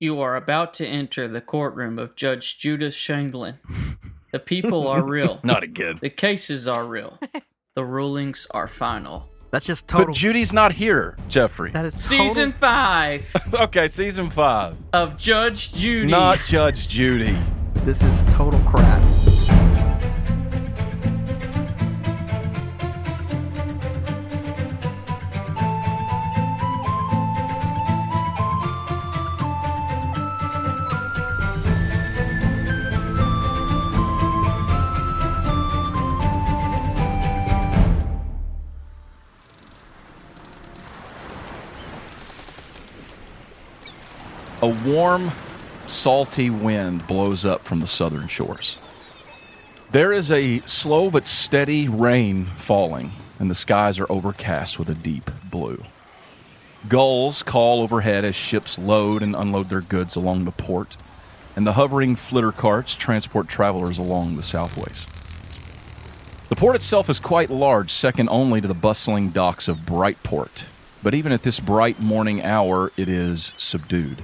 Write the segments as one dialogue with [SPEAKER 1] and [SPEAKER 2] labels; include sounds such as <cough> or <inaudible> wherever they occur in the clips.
[SPEAKER 1] You are about to enter the courtroom of Judge Judith Shanglin. The people are real.
[SPEAKER 2] Not again.
[SPEAKER 1] The cases are real. The rulings are final.
[SPEAKER 3] That's just
[SPEAKER 2] <laughs> But
[SPEAKER 3] total.
[SPEAKER 2] Judy's not here, Jeffrey.
[SPEAKER 3] that is total-
[SPEAKER 1] Season five
[SPEAKER 2] <laughs> Okay, season five.
[SPEAKER 1] of Judge Judy.
[SPEAKER 2] Not Judge Judy.
[SPEAKER 3] This is total crap.
[SPEAKER 2] A warm, salty wind blows up from the southern shores. There is a slow but steady rain falling, and the skies are overcast with a deep blue. Gulls call overhead as ships load and unload their goods along the port, and the hovering flitter carts transport travelers along the southways. The port itself is quite large, second only to the bustling docks of Brightport. But even at this bright morning hour, it is subdued.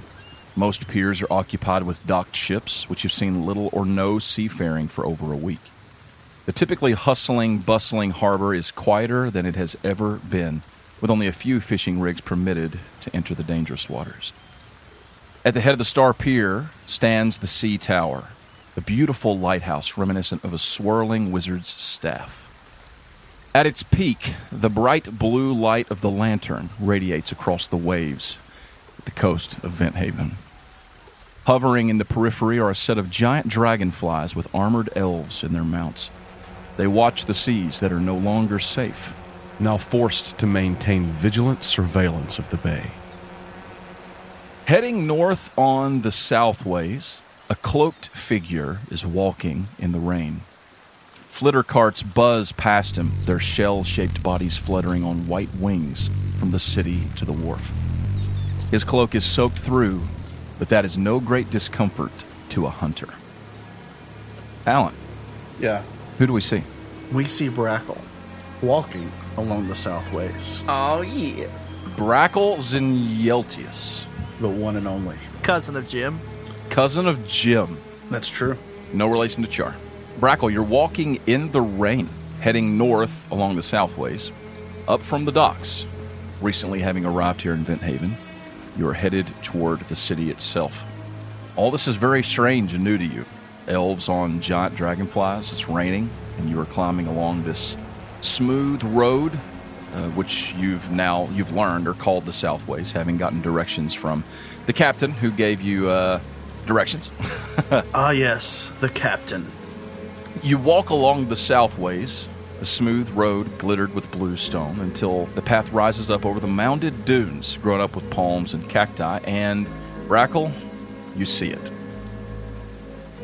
[SPEAKER 2] Most piers are occupied with docked ships, which have seen little or no seafaring for over a week. The typically hustling, bustling harbor is quieter than it has ever been, with only a few fishing rigs permitted to enter the dangerous waters. At the head of the Star Pier stands the Sea Tower, the beautiful lighthouse reminiscent of a swirling wizard's staff. At its peak, the bright blue light of the lantern radiates across the waves at the coast of Vent Haven. Hovering in the periphery are a set of giant dragonflies with armored elves in their mounts. They watch the seas that are no longer safe,
[SPEAKER 4] now forced to maintain vigilant surveillance of the bay.
[SPEAKER 2] Heading north on the southways, a cloaked figure is walking in the rain. Flitter carts buzz past him, their shell shaped bodies fluttering on white wings from the city to the wharf. His cloak is soaked through, but that is no great discomfort to a hunter. Alan,
[SPEAKER 5] Yeah.
[SPEAKER 2] who do we see?
[SPEAKER 5] We see Brackle walking along the southways.
[SPEAKER 1] Oh yeah.
[SPEAKER 2] Brackle Zineltius,
[SPEAKER 5] The one and only.
[SPEAKER 3] Cousin of Jim.
[SPEAKER 2] cousin of Jim.
[SPEAKER 5] That's true.
[SPEAKER 2] No relation to Char. Brackle, you're walking in the rain, heading north along the southways, up from the docks. Recently having arrived here in Vent Haven, you are headed toward the city itself. All this is very strange and new to you. Elves on giant dragonflies, it's raining, and you are climbing along this smooth road, uh, which you've now you've learned are called the Southways, having gotten directions from the captain who gave you uh, directions. <laughs>
[SPEAKER 5] Ah, yes, the captain.
[SPEAKER 2] You walk along the southways, a smooth road glittered with blue stone, until the path rises up over the mounded dunes grown up with palms and cacti, and Rackle, you see it.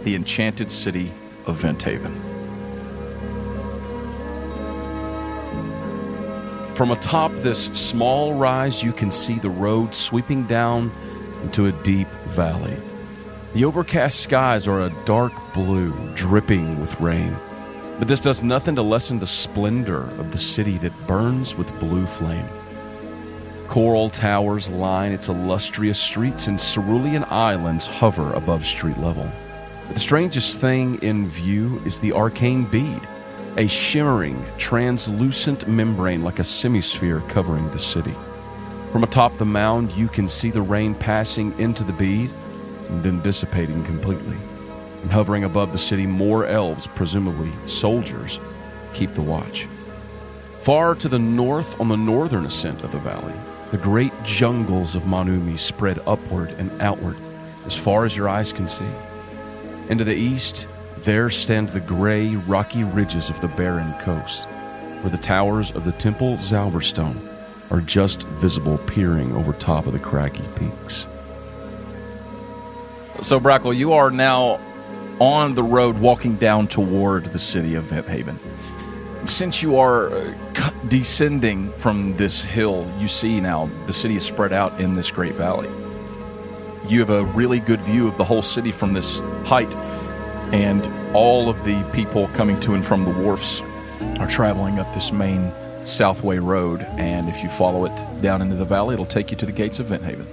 [SPEAKER 2] The enchanted city of Venthaven.
[SPEAKER 4] From atop this small rise, you can see the road sweeping down into a deep valley. The overcast skies are a dark blue, dripping with rain. But this does nothing to lessen the splendor of the city that burns with blue flame. Coral towers line its illustrious streets, and cerulean islands hover above street level. The strangest thing in view is the arcane bead, a shimmering, translucent membrane like a semisphere covering the city. From atop the mound, you can see the rain passing into the bead and then dissipating completely. And hovering above the city, more elves, presumably soldiers, keep the watch. Far to the north, on the northern ascent of the valley, the great jungles of Manumi spread upward and outward as far as your eyes can see. And to the east, there stand the gray, rocky ridges of the barren coast, where the towers of the Temple Zauberstone are just visible peering over top of the craggy peaks.
[SPEAKER 2] So, Brackle, you are now on the road walking down toward the city of Vent Haven. Since you are uh, c- descending from this hill, you see now the city is spread out in this great valley. You have a really good view of the whole city from this height, and all of the people coming to and from the wharfs are traveling up this main Southway Road. And if you follow it down into the valley, it'll take you to the gates of Vent Haven.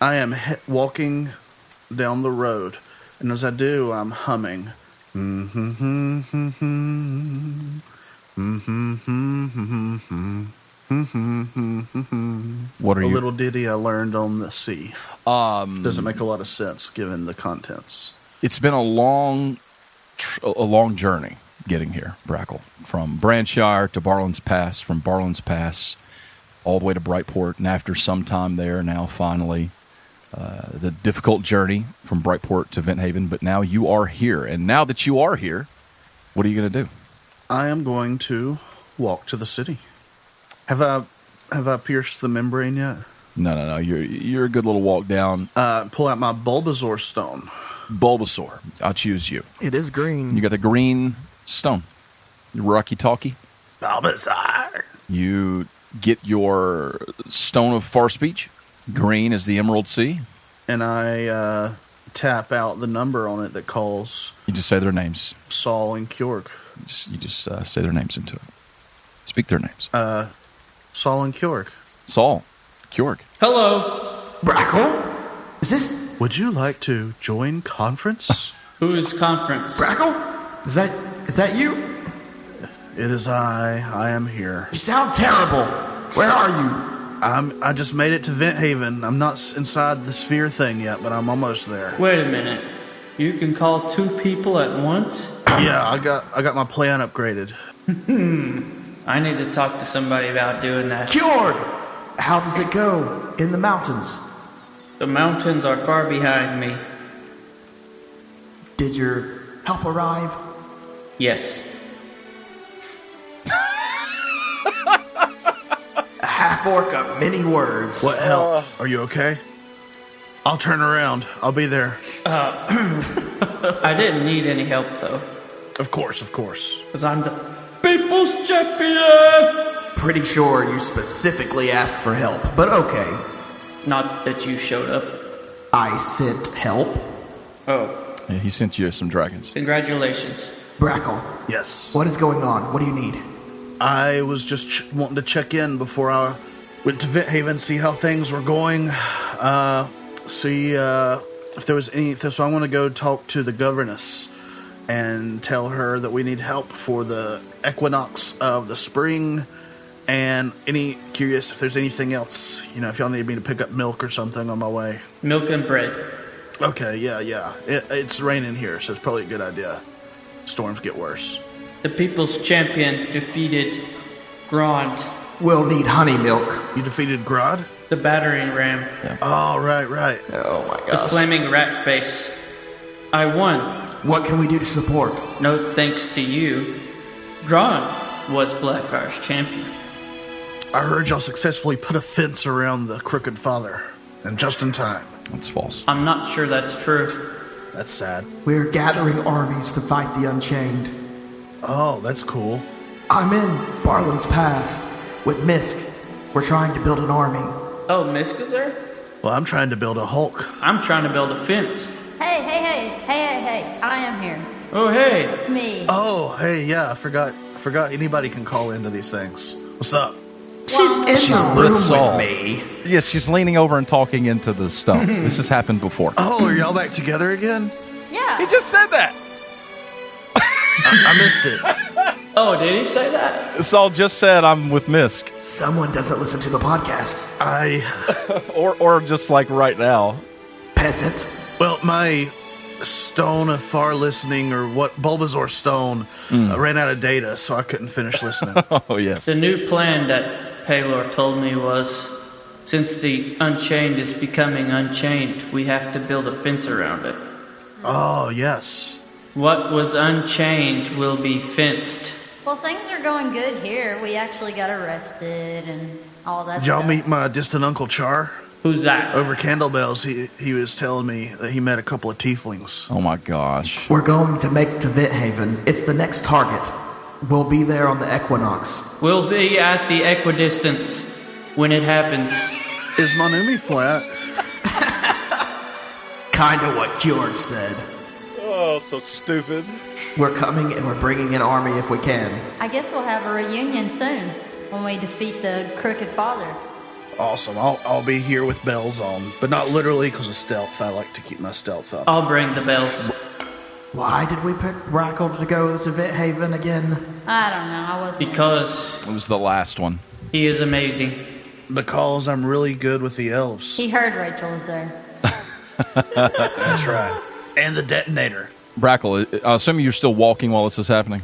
[SPEAKER 5] I am he- walking down the road, and as I do, I'm humming. Mm-hmm.
[SPEAKER 2] What are
[SPEAKER 5] A
[SPEAKER 2] you?
[SPEAKER 5] little ditty I learned on the sea. Um, Doesn't make a lot of sense given the contents.
[SPEAKER 2] it's been a long, tr- a long journey getting here, Brackle, from Branshire to Barlin's Pass, from Barlin's Pass all the way to Brightport, and after some time there, now finally, uh, the difficult journey from Brightport to Vent Haven. But now you are here, and now that you are here, what are you going to do?
[SPEAKER 5] I am going to walk to the city. Have I have I pierced the membrane yet?
[SPEAKER 2] No, no, no. You're you're a good little walk down,
[SPEAKER 5] Uh, pull out my Bulbasaur stone.
[SPEAKER 2] Bulbasaur. I choose you.
[SPEAKER 6] It is green.
[SPEAKER 2] You got the green stone, Rocky Talkie.
[SPEAKER 6] Oh,
[SPEAKER 5] Bulbasaur.
[SPEAKER 2] You get your stone of far speech. Green is the Emerald Sea.
[SPEAKER 5] And I uh, tap out the number on it that calls
[SPEAKER 2] You just say their names.
[SPEAKER 5] Saul and Kjorg.
[SPEAKER 2] You just, you just uh, say their names into it. Speak their names.
[SPEAKER 5] Saul and Kjorg.
[SPEAKER 2] Saul, Kjorg.
[SPEAKER 1] Hello.
[SPEAKER 6] Brackle? Is this
[SPEAKER 5] Would you like to join conference?
[SPEAKER 1] Who is conference?
[SPEAKER 6] Brackle? Is that is that you?
[SPEAKER 5] it is I. I am here.
[SPEAKER 6] You sound terrible. Where are
[SPEAKER 5] I'm. I just made it to Vent Haven. I'm not s- inside the sphere thing yet, but I'm almost there.
[SPEAKER 1] Wait a minute. You can call two people at once?
[SPEAKER 5] yeah, I got. I got my plan upgraded.
[SPEAKER 1] I need to talk to somebody about doing
[SPEAKER 6] you?
[SPEAKER 1] that.
[SPEAKER 6] Cured. How does it go in the mountains?
[SPEAKER 1] The mountains are far behind me.
[SPEAKER 6] Did your help arrive?
[SPEAKER 1] Yes.
[SPEAKER 6] A half orc of many words.
[SPEAKER 5] What help? Are you okay? I'll turn around. I'll be there.
[SPEAKER 1] I didn't need any help though,
[SPEAKER 5] Of course, of course.
[SPEAKER 1] because I'm the people's champion!
[SPEAKER 6] Pretty sure you specifically asked for help, but okay.
[SPEAKER 1] Not that you showed up.
[SPEAKER 6] I sent help.
[SPEAKER 1] Oh,
[SPEAKER 2] Yeah, he sent you some dragons.
[SPEAKER 1] congratulations.
[SPEAKER 6] Brackle,
[SPEAKER 5] Yes.
[SPEAKER 6] what is going on? What do you need?
[SPEAKER 5] I was just ch- wanting to check in before I went to Vent Haven, see how things were going, uh, see uh, if there was anything. So I want to go talk to the governess and tell her that we need help for the equinox of the spring. And any curious if there's anything else, you know, if y'all need me to pick up milk or something on my way.
[SPEAKER 1] Milk and bread.
[SPEAKER 5] Okay, yeah, yeah. It, it's raining here, so it's probably a good idea. Storms get worse.
[SPEAKER 1] The people's champion defeated Grond,
[SPEAKER 6] We'll need honey milk.
[SPEAKER 5] You defeated Grodd?
[SPEAKER 1] the battering ram,
[SPEAKER 5] Oh, right, right.
[SPEAKER 6] Oh my
[SPEAKER 1] the flaming rat face. I won,
[SPEAKER 6] What can we do to support?
[SPEAKER 1] no thanks to you. Grond was Blackfire's champion.
[SPEAKER 5] I heard y'all successfully put a fence around the crooked father, and just in time.
[SPEAKER 2] That's false.
[SPEAKER 1] I'm not sure that's true.
[SPEAKER 5] That's sad.
[SPEAKER 6] We're gathering armies to fight the Unchained.
[SPEAKER 5] Oh, that's cool.
[SPEAKER 6] I'm in Barlin's Pass with Misk. We're trying to build an army.
[SPEAKER 1] Oh, Misk is there?
[SPEAKER 5] Well, I'm trying to build a Hulk.
[SPEAKER 1] I'm trying to build a fence.
[SPEAKER 7] Hey, hey, hey, hey, hey, hey, I am here.
[SPEAKER 1] Oh, hey,
[SPEAKER 7] It's me.
[SPEAKER 5] Oh, hey, yeah, I forgot. I forgot anybody can call into these things. What's up?
[SPEAKER 6] She's in
[SPEAKER 2] She's
[SPEAKER 6] the
[SPEAKER 2] with
[SPEAKER 6] room
[SPEAKER 2] Saul.
[SPEAKER 6] with me.
[SPEAKER 2] Yes, she's leaning over and talking into the <laughs> stone. this has happened before.
[SPEAKER 5] Oh, are y'all back together again?
[SPEAKER 7] Yeah.
[SPEAKER 2] He just said that.
[SPEAKER 5] I missed it.
[SPEAKER 1] Oh, did he say that?
[SPEAKER 2] Saul just said, "I'm with Misk,"
[SPEAKER 6] Someone doesn't listen to the podcast.
[SPEAKER 5] I.
[SPEAKER 2] or or just like right now. <laughs>
[SPEAKER 6] Peasant.
[SPEAKER 5] Well, my stone of far listening, or what, Bulbasaur stone, uh, ran out of data, so I couldn't finish <laughs> listening.
[SPEAKER 2] Oh yes.
[SPEAKER 1] The new plan that Palor told me was since the Unchained is becoming unchained, we have to build a fence around it.
[SPEAKER 5] oh, yes.
[SPEAKER 1] What was unchained will be fenced.
[SPEAKER 7] Well, things are going good here. We actually got arrested and all that
[SPEAKER 5] Did y'all
[SPEAKER 7] stuff.
[SPEAKER 5] meet my distant uncle Char?
[SPEAKER 1] Who's that?
[SPEAKER 5] Over Candlebells, he he was telling me that he met a couple of tieflings.
[SPEAKER 2] Oh my gosh.
[SPEAKER 6] We're going to make to Vent Haven. It's the next target. We'll be there on the equinox.
[SPEAKER 1] We'll be at the equidistance when it happens.
[SPEAKER 5] Is Monumi flat?
[SPEAKER 6] Kinda what Kjord said.
[SPEAKER 2] Oh, so stupid.
[SPEAKER 6] We're coming and we're bringing an army if we can.
[SPEAKER 7] I guess we'll have a reunion soon when we defeat the crooked father.
[SPEAKER 5] Awesome. I'll, I'll be here with bells on, but not literally because of stealth. I like to keep my stealth up.
[SPEAKER 1] I'll bring the bells.
[SPEAKER 3] Why did we pick Brackle to go to Vit Haven again?
[SPEAKER 7] I don't know. I wasn't.
[SPEAKER 1] Because
[SPEAKER 2] It was the last one.
[SPEAKER 1] he is amazing.
[SPEAKER 5] Because I'm really good with the elves.
[SPEAKER 7] he heard Rachel was there.
[SPEAKER 5] That's right. And the detonator.
[SPEAKER 2] Brackle, I I assume you're still walking while this is happening.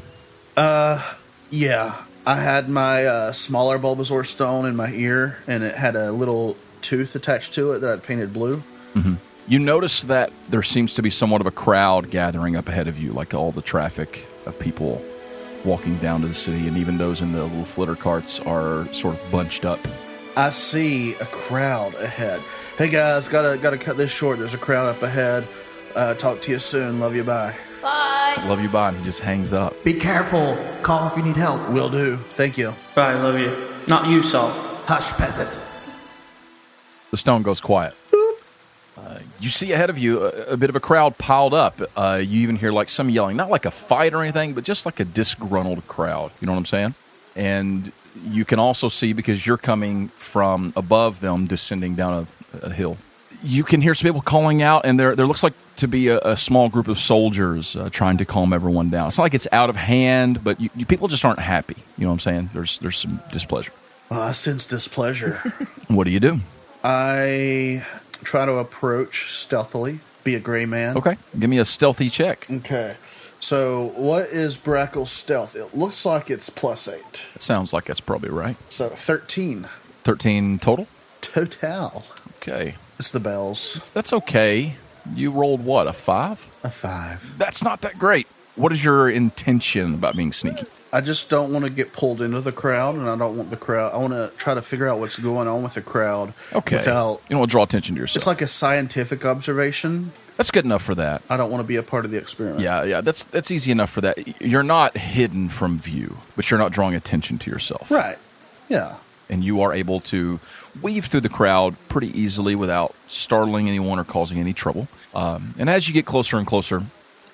[SPEAKER 5] Uh, Yeah, I had my uh, smaller Bulbasaur stone in my ear, and it had a little tooth attached to it that I'd painted blue.
[SPEAKER 2] You notice that there seems to be somewhat of a crowd gathering up ahead of you, like all the traffic of people walking down to the city, and even those in the little flitter carts are sort of bunched up.
[SPEAKER 5] I see a crowd ahead. Hey guys, gotta gotta cut this short. There's a crowd up ahead. Uh, talk to you soon. Love you. Bye.
[SPEAKER 7] Bye.
[SPEAKER 2] Love you, bye. And he just hangs up.
[SPEAKER 3] Be careful. Call if you need help.
[SPEAKER 5] Will do. Thank you.
[SPEAKER 1] Bye, love you. Not you, Saul.
[SPEAKER 3] Hush, peasant.
[SPEAKER 2] The stone goes quiet. Uh, you see ahead of you a, a bit of a crowd piled up. Uh, you even hear like some yelling, not like a fight or anything, but just like a disgruntled crowd. You know what I'm saying? And you can also see because you're coming from above them, descending down a, a hill. You can hear some people calling out, and there there looks like to be a, a small group of soldiers uh, trying to calm everyone down. It's not like it's out of hand, but you, you, people just aren't happy. You know what I'm saying? There's there's some displeasure.
[SPEAKER 5] Oh, I
[SPEAKER 2] <laughs>
[SPEAKER 5] sense displeasure.
[SPEAKER 2] What do you do?
[SPEAKER 5] I try to approach stealthily. Be a gray man.
[SPEAKER 2] Okay, give me a stealthy check.
[SPEAKER 5] Okay. So what is Brackle's stealth? It looks like it's plus eight.
[SPEAKER 2] That sounds like that's probably right.
[SPEAKER 5] So thirteen
[SPEAKER 2] 13 total.
[SPEAKER 5] total.
[SPEAKER 2] Okay.
[SPEAKER 5] It's the bells.
[SPEAKER 2] That's okay. You rolled what, a five?
[SPEAKER 5] A five.
[SPEAKER 2] That's not that great. What is your intention about being sneaky?
[SPEAKER 5] I just don't want to get pulled into the crowd, and I don't want the crowd. I want to try to figure out what's going on with the crowd.
[SPEAKER 2] Okay.
[SPEAKER 5] Without,
[SPEAKER 2] you don't want to draw attention to
[SPEAKER 5] it's
[SPEAKER 2] yourself.
[SPEAKER 5] like a scientific observation.
[SPEAKER 2] that's good enough for that.
[SPEAKER 5] I don't want to be a part of the experiment.
[SPEAKER 2] Yeah, yeah, that's that's easy enough for that. You're not hidden from view, but you're not drawing attention to yourself.
[SPEAKER 5] Right. Yeah.
[SPEAKER 2] And you are able to weave through the crowd pretty easily without startling anyone or causing any trouble. Um, and as you get closer and closer,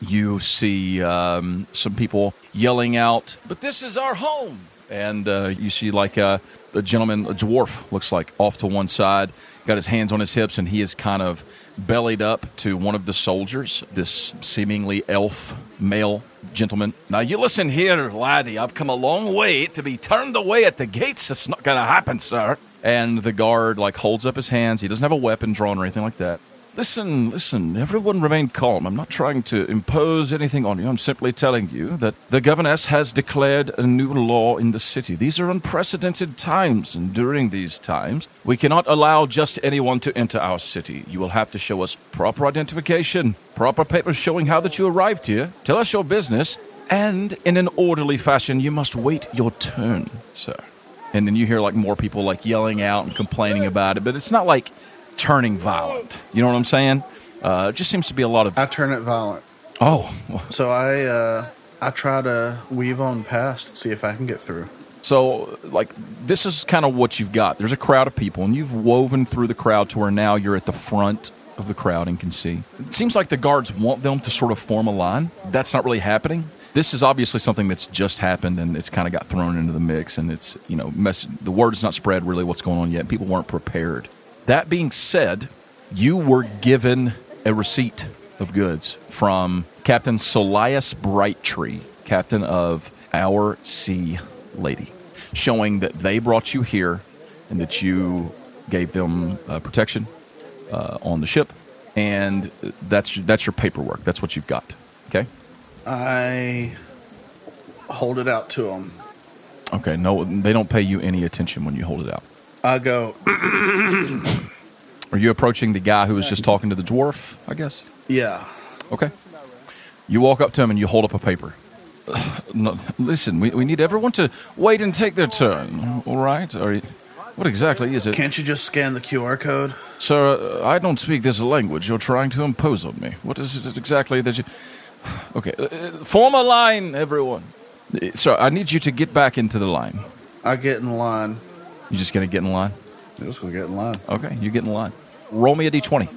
[SPEAKER 2] you see um, some people yelling out, "But this is our home!" And uh, you see like a, a gentleman, a dwarf, looks like off to one side, got his hands on his hips, and he is kind of bellied up to one of the soldiers. This seemingly elf male gentleman. Now you listen here, laddie. I've come a long way to be turned away at the gates. It's not going to happen, sir. And the guard like holds up his hands. He doesn't have a weapon drawn or anything like that. Listen, listen, everyone remain calm. I'm not trying to impose anything on you. I'm simply telling you that the governess has declared a new law in the city. These are unprecedented times, and during these times, we cannot allow just anyone to enter our city. You will have to show us proper identification, proper papers showing how that you arrived here. Tell us your business, and in an orderly fashion, you must wait your turn, sir. And then you hear like more people like yelling out and complaining about it, but it's not like turning violent. You know what I'm saying? Uh, it just seems to be a lot of
[SPEAKER 5] I turn it violent.
[SPEAKER 2] oh.
[SPEAKER 5] So I, uh, I try to weave on past, and see if I can get through.
[SPEAKER 2] So like this is kind of what you've got. There's a crowd of people, and you've woven through the crowd to where now you're at the front of the crowd and can see. It seems like the guards want them to sort of form a line. That's not really happening. This is obviously something that's just happened, and it's kind of got thrown into the mix, and it's you know mess- the word's not spread really what's going on yet. People weren't prepared. That being said, you were given a receipt of goods from Captain Solias Brighttree, captain of our sea lady, showing that they brought you here and that you gave them uh, protection uh, on the ship, and that's that's your paperwork. That's what you've got. Okay.
[SPEAKER 5] I hold it out to him.
[SPEAKER 2] Okay. No, they don't pay you any attention when you hold it out.
[SPEAKER 5] I go,
[SPEAKER 2] Are you approaching the guy who was just talking to the dwarf? I guess.
[SPEAKER 5] yeah.
[SPEAKER 2] Okay. You walk up to him and you hold up a paper. <sighs> No, listen, we, we need everyone to wait and take their turn. All right? Are you, what exactly is it?
[SPEAKER 5] Can't you just scan the QR code?
[SPEAKER 2] Sir, uh, I don't speak this language you're trying to impose on me. What is it exactly that you. <sighs> Okay. uh, uh, Form a line, everyone. Uh, Sir, I need you to get back into the line.
[SPEAKER 5] I get in line.
[SPEAKER 2] You just going to get in line?
[SPEAKER 5] I'm just gonna get in line.
[SPEAKER 2] Okay, you get in line. Roll me a d20.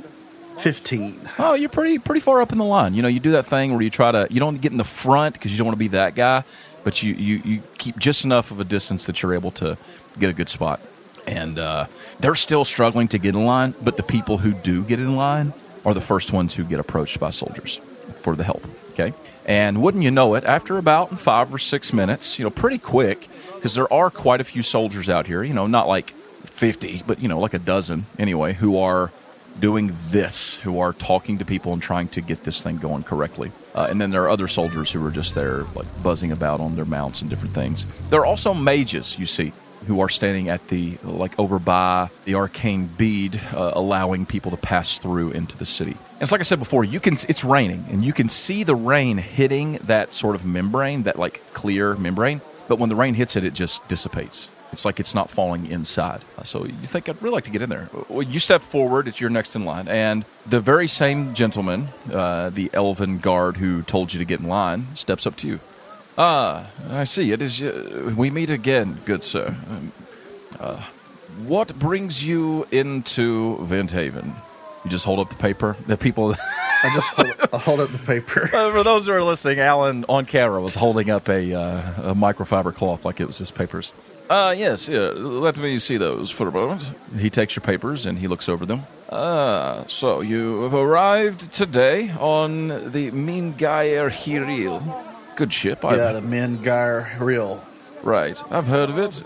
[SPEAKER 5] Fifteen.
[SPEAKER 2] Oh, you're pretty pretty far up in the line. You know, you do that thing where you try to you don't get in the front because you don't want to be that guy, but you, you you keep just enough of a distance that you're able to get a good spot. and uh, they're still struggling to get in line. But the people who do get in line are the first ones who get approached by soldiers for the help. Okay, and wouldn't you know it? After about five or six minutes, you know, pretty quick, because there are quite a few soldiers out here. You know, not like fifty, but you know, like a dozen anyway, who are doing this, who are talking to people and trying to get this thing going correctly. Uh, and then there are other soldiers who are just there, like buzzing about on their mounts and different things. There are also mages, you see, who are standing at the, like, over by the arcane bead, uh, allowing people to pass through into the city. And it's like I said before, you can, it's raining, and you can see the rain hitting that sort of membrane, that, like, clear membrane. But when the rain hits it, it just dissipates. It's like it's not falling inside. Uh, So you think I'd really like to get in there. Well, you step forward, it's your next in line. And the very same gentleman, uh, the elven guard who told you to get in line, steps up to you. Ah, I see. It is. Uh, we meet again, good sir. Um, uh, what brings you into Venthaven? You just hold up the paper. The people.
[SPEAKER 5] I just hold, I hold up
[SPEAKER 2] <laughs>
[SPEAKER 5] the paper.
[SPEAKER 2] Uh, for those who are listening, Alan on camera was holding up a, uh, a microfiber cloth like it was his papers. Uh, yes, yeah, let me see those for a moment. He takes your papers and he looks over them. Uh, so you have arrived today on the Mingayer Hiril. Good ship, I
[SPEAKER 5] Yeah, the men gyre real.
[SPEAKER 2] right. I've heard of it.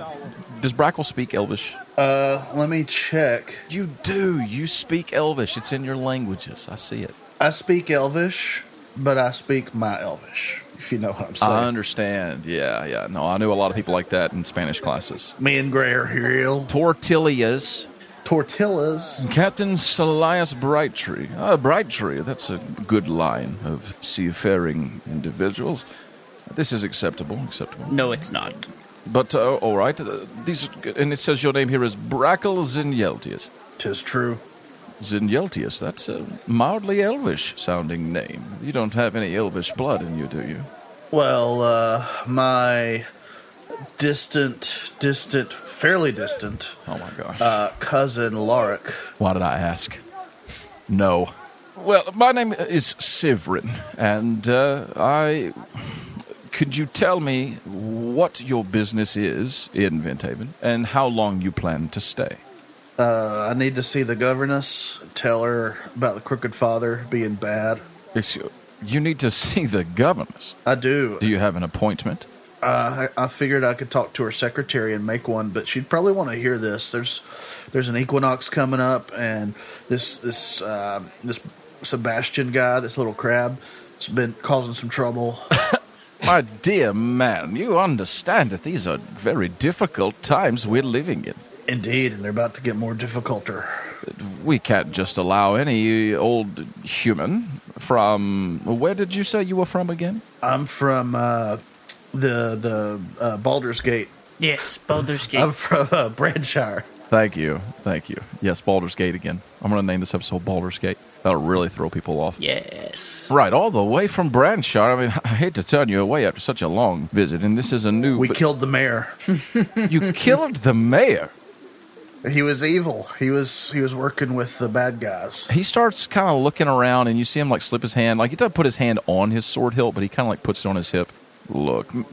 [SPEAKER 2] Does Brackle speak Elvish?
[SPEAKER 5] Uh, let me check.
[SPEAKER 2] You do. You speak Elvish. It's in your languages. I see it.
[SPEAKER 5] I speak Elvish, but I speak my Elvish. If you know what I'm
[SPEAKER 2] I
[SPEAKER 5] saying.
[SPEAKER 2] understand. Yeah, yeah. No, I knew a lot of people like that in Spanish classes.
[SPEAKER 5] Me and Gray are real.
[SPEAKER 2] tortillas.
[SPEAKER 5] Tortillas.
[SPEAKER 2] Captain Salias Brighttree. Ah, Brighttree, that's a good line of seafaring individuals. This is acceptable, acceptable.
[SPEAKER 1] No, it's not.
[SPEAKER 2] But, uh, all right, uh, these are good. and it says your name here is Brackle Zinyeltius.
[SPEAKER 5] Tis true.
[SPEAKER 2] Zinyeltius, that's a mildly elvish sounding name. You don't have any elvish blood in you, do you?
[SPEAKER 5] Well, uh, my distant, distant, fairly distant
[SPEAKER 2] Oh my gosh.
[SPEAKER 5] uh, cousin Lorik.
[SPEAKER 2] Why did I ask? No. Well, my name is Sivrin, and uh, I. Could you tell me what your business is in Venthaven and how long you plan to stay?
[SPEAKER 5] Uh, I need to see the governess. Tell her about the crooked father being bad.
[SPEAKER 2] Excuse, you need to <laughs> see the governess.
[SPEAKER 5] I do.
[SPEAKER 2] Do you have an appointment?
[SPEAKER 5] Uh, I, I figured I could talk to her secretary and make one, but she'd probably want to hear this. There's, there's an equinox coming up, and this this uh, this Sebastian guy, this little crab, has been causing some trouble.
[SPEAKER 2] My dear man, you understand that these are very difficult times we're living in.
[SPEAKER 5] Indeed, and they're about to get more difficulter.
[SPEAKER 2] We can't just allow any old human from. Where did you say you were from again?
[SPEAKER 5] I'm from uh, the the uh, Baldur's Gate.
[SPEAKER 1] Yes, Baldur's Gate.
[SPEAKER 5] I'm from uh, Branshire.
[SPEAKER 2] Thank you. Thank you. Yes, Baldur's Gate again. I'm going to name this episode Baldur's Gate. That'll really throw people off.
[SPEAKER 1] yes.
[SPEAKER 2] Right, all the way from Branshire. I mean, <laughs> I hate to turn you away after such a long visit, and this is a new.
[SPEAKER 5] We
[SPEAKER 2] but
[SPEAKER 5] killed the mayor.
[SPEAKER 2] you killed the mayor.
[SPEAKER 5] He was evil. He was he was working with the bad guys.
[SPEAKER 2] He starts kind of looking around, and you see him like slip his hand. Like he doesn't put his hand on his sword hilt, but he kind of like puts it on his hip. Look, m-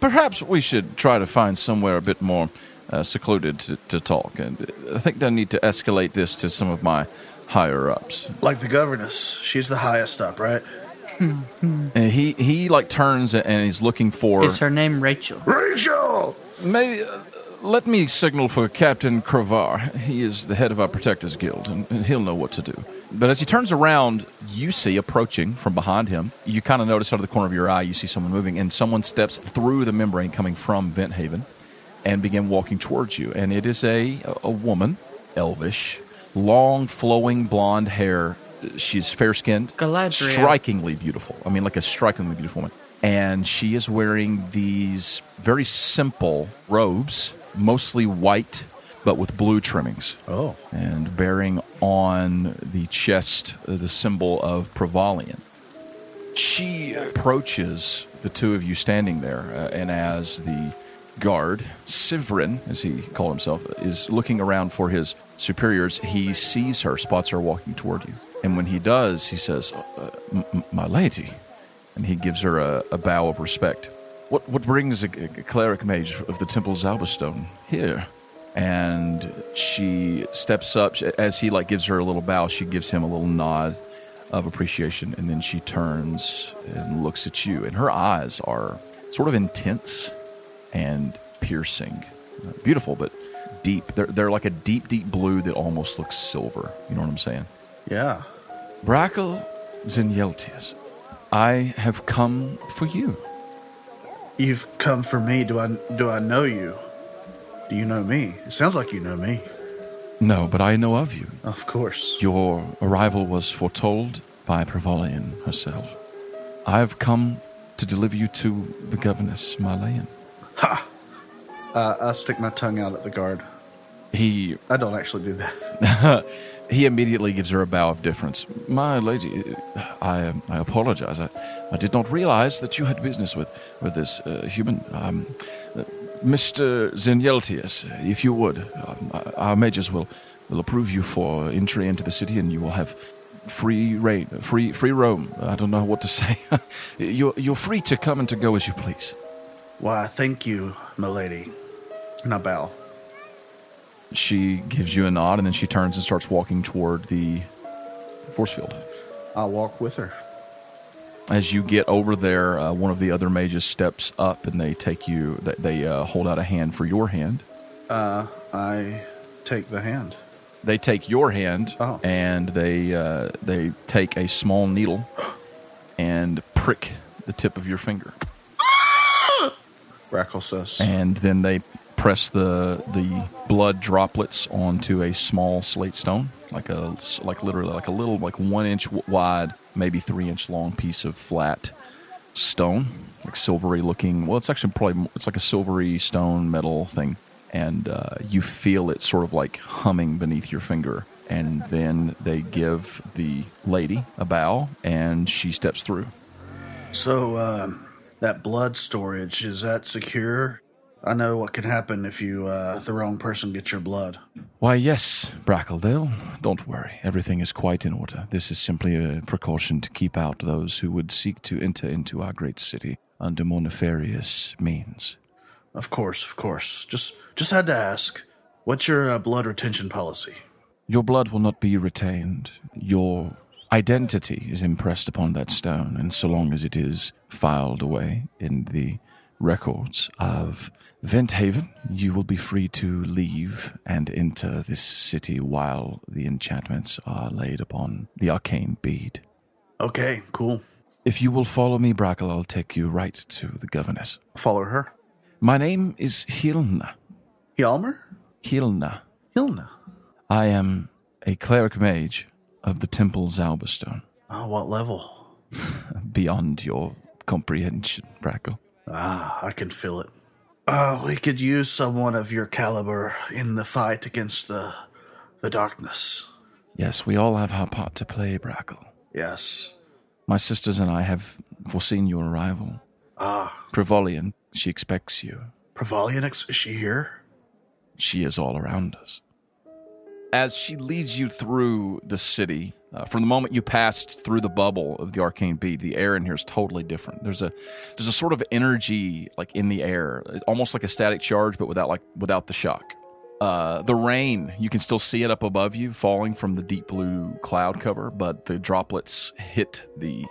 [SPEAKER 2] perhaps we should try to find somewhere a bit more uh, secluded to, to talk. And I think they'll need to escalate this to some of my higher ups.
[SPEAKER 5] Like the governess, she's the highest up, right?
[SPEAKER 2] And he he like turns and he's looking for
[SPEAKER 1] Is her name
[SPEAKER 2] <laughs>
[SPEAKER 1] Rachel?
[SPEAKER 5] Rachel.
[SPEAKER 2] maybe. Uh, let me signal for Captain Cravar. He is the head of our Protectors Guild, and, and he'll know what to do. But as he turns around, you see approaching from behind him. You kind of notice out of the corner of your eye, you see someone moving, and someone steps through the membrane coming from Vent Haven, and begin walking towards you. And it is a a woman, elvish, long flowing blonde hair. She's fair skinned,
[SPEAKER 1] Galadriel.
[SPEAKER 2] strikingly beautiful. I mean, like a strikingly beautiful woman. And she is wearing these very simple robes, mostly white, but with blue trimmings.
[SPEAKER 5] Oh.
[SPEAKER 2] And bearing on the chest uh, the symbol of Prevalian. She approaches the two of you standing there, uh, and as the guard, Sivrin, as he called himself, is looking around for his superiors, he sees her, spots her walking toward you. And when he does, he says, uh, m- m- My lady. And he gives her a, a bow of respect. What, what brings a, a cleric mage of the Temple Zalbastone here? and she steps up as he like gives her a little bow. She gives him a little nod of appreciation, and then she turns and looks at you. And her eyes are sort of intense and piercing, Uh, beautiful but deep. They're they're like a deep, deep blue that almost looks silver. You know what I'm saying?
[SPEAKER 5] Yeah.
[SPEAKER 2] Brackle Zinyeltius, I have come for you.
[SPEAKER 5] You've come for me. Do I do I know you? Do you know me? It sounds like you know me.
[SPEAKER 2] No, but I know of you.
[SPEAKER 5] Of course.
[SPEAKER 2] Your arrival was foretold by Prevolian herself. I have come to deliver you to the governess, Marleyan.
[SPEAKER 5] Uh, I stick my tongue out at the guard.
[SPEAKER 2] He
[SPEAKER 5] I don't actually do that.
[SPEAKER 2] <laughs> he immediately gives her a bow of deference. My lady, I um, I apologize. I, I did not realize that you had business with with this uh, human, um, uh, Mister Zenieltius. If you would, um, uh, our mages will will approve you for entry into the city, and you will have free reign, free free roam. I don't know what to <laughs> say. you're you're free to come and to go as you please.
[SPEAKER 5] Why, thank you, milady. And I bow.
[SPEAKER 2] She gives you a nod, and then she turns and starts walking toward the force field.
[SPEAKER 5] I walk with her.
[SPEAKER 2] as you get over there, uh, one of the other mages steps up and they take you. They, they uh, hold out a hand for your hand.
[SPEAKER 5] Uh, I take the hand.
[SPEAKER 2] They take your hand
[SPEAKER 5] Oh.
[SPEAKER 2] and they uh, they take a small needle and prick the tip of your finger,
[SPEAKER 5] Rackle says,
[SPEAKER 2] and then they press the the blood droplets onto a small slate stone, like a like literally like a little like one inch w- wide, maybe three inch long piece of flat stone, like silvery looking. Well, it's actually probably more- it's like a silvery stone metal thing, and uh, you feel it sort of like humming beneath your finger. And then they give the lady a bow, and she steps through.
[SPEAKER 5] So, um, that blood storage, is that secure? I know what can happen if you, uh, the wrong person gets your blood.
[SPEAKER 2] Why, yes, Brackledale. Don't worry. Everything is quite in order. This is simply a precaution to keep out those who would seek to enter into our great city under more nefarious means.
[SPEAKER 5] Of course, of course. Just, just had to ask. What's your uh, blood retention policy?
[SPEAKER 2] Your blood will not be retained. Your identity is impressed upon that stone, and so long as it is filed away in the records of Venthaven, you will be free to leave and enter this city while the enchantments are laid upon the arcane bead.
[SPEAKER 5] Okay, cool.
[SPEAKER 2] If you will follow me, Brackle, I'll take you right to the governess.
[SPEAKER 5] Follow her.
[SPEAKER 2] My name is Hilna.
[SPEAKER 5] Hjalmar?
[SPEAKER 2] Hilna.
[SPEAKER 5] Hilna.
[SPEAKER 2] I am a cleric mage of the Temple Zauberstone.
[SPEAKER 5] Oh, what level?
[SPEAKER 2] Beyond your comprehension, Brackle.
[SPEAKER 5] Ah, I can feel it. Uh, we could use someone of your caliber in the fight against the, the darkness.
[SPEAKER 2] Yes, we all have our part to play, Brackle.
[SPEAKER 5] Yes.
[SPEAKER 2] My sisters and I have foreseen your arrival. Ah. Prevolian, she expects you.
[SPEAKER 5] Prevalionix, is she here?
[SPEAKER 2] she is all around us. As she leads you through the city, uh, from the moment you passed through the bubble of the arcane bead, the air in here is totally different. There's a there's a sort of energy like in the air, almost like a static charge, but without like without the shock. Uh, the rain, you can still see it up above you, falling from the deep blue cloud cover, but the droplets hit the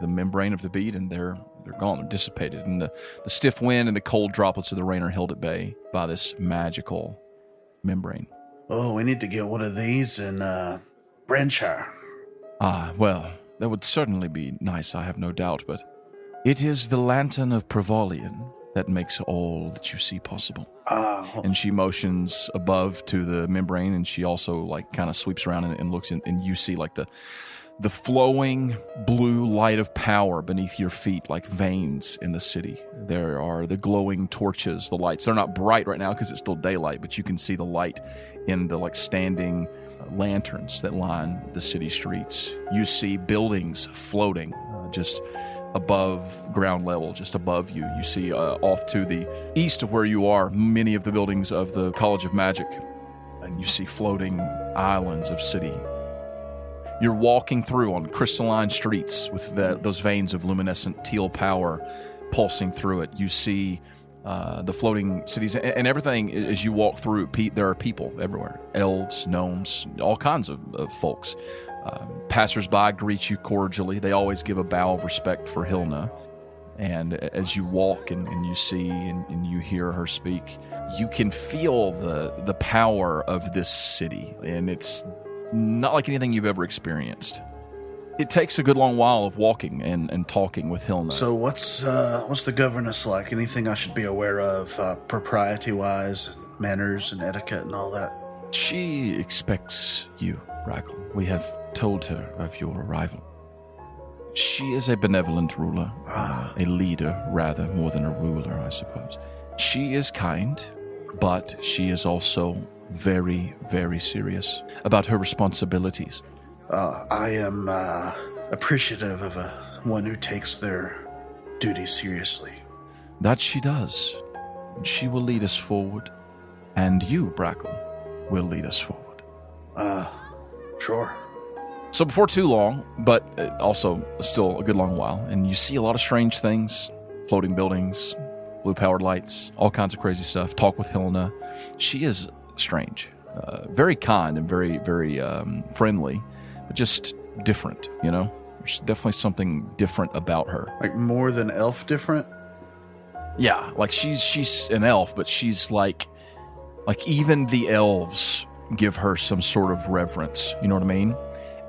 [SPEAKER 2] the membrane of the bead and they're they're gone, they're dissipated. And the, the stiff wind and the cold droplets of the rain are held at bay by this magical membrane.
[SPEAKER 5] Oh, we need to get one of these in uh, Branshire.
[SPEAKER 2] Ah, well, that would certainly be nice, I have no doubt, but it is the lantern of Prevolian that makes all that you see possible.
[SPEAKER 5] Ah,
[SPEAKER 2] And she motions above to the membrane and she also like kind of sweeps around and, and looks in, and you see like the the flowing blue light of power beneath your feet like veins in the city. There are the glowing torches, the lights. They're not bright right now because it's still daylight, but you can see the light in the like standing uh, lanterns that line the city streets. You see buildings floating uh, just above ground level, just above you. You see uh, off to the east of where you are many of the buildings of the College of Magic, and you see floating islands of city you're walking through on crystalline streets with the, those veins of luminescent teal power pulsing through it. You see uh, the floating cities, and, and everything a- as you walk through. Pete, there are people everywhere: elves, gnomes, all kinds of, of folks. Um, passersby greet you cordially. They always give a bow of respect for Hilna. And a- as you walk and, and you see and, and you hear her speak, you can feel the the power of this city, and it's not like anything you've ever experienced. It takes a good long while of walking and, and talking with Hilna.
[SPEAKER 5] So what's uh, what's the governess like? Anything I should be aware of, uh, propriety wise, manners and etiquette and all that?
[SPEAKER 4] She expects you, Ragel. We have told her of your arrival. She is a benevolent ruler, uh, a leader rather, more than a ruler, I suppose. She is kind, but she is also very, very serious about her responsibilities.
[SPEAKER 5] Uh, I am uh, appreciative of a one who takes their duty seriously.
[SPEAKER 4] That she does. She will lead us forward, and you, Brackle, will lead us forward.
[SPEAKER 5] Sure.
[SPEAKER 2] So before too long, but uh, also still a good long while, and you see a lot of strange things, floating buildings, blue powered lights, all kinds of crazy stuff. Talk with Helena. She is strange, uh, very kind and very very um, friendly, but just different. You know, there's definitely something different about her.
[SPEAKER 5] Like more than elf different.
[SPEAKER 2] Yeah, like she's she's an elf, but she's like like even the elves give her some sort of reverence. You know what I mean?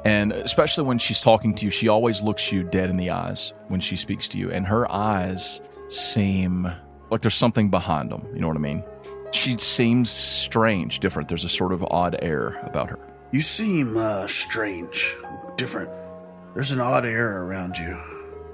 [SPEAKER 2] And especially when she's talking to you, she always looks you dead in the eyes when she speaks to you, and her eyes seem like there's something behind them. You know what I mean? She seems strange, different. There's a sort of odd air about her.
[SPEAKER 5] You seem uh, strange, different. There's an odd air around you.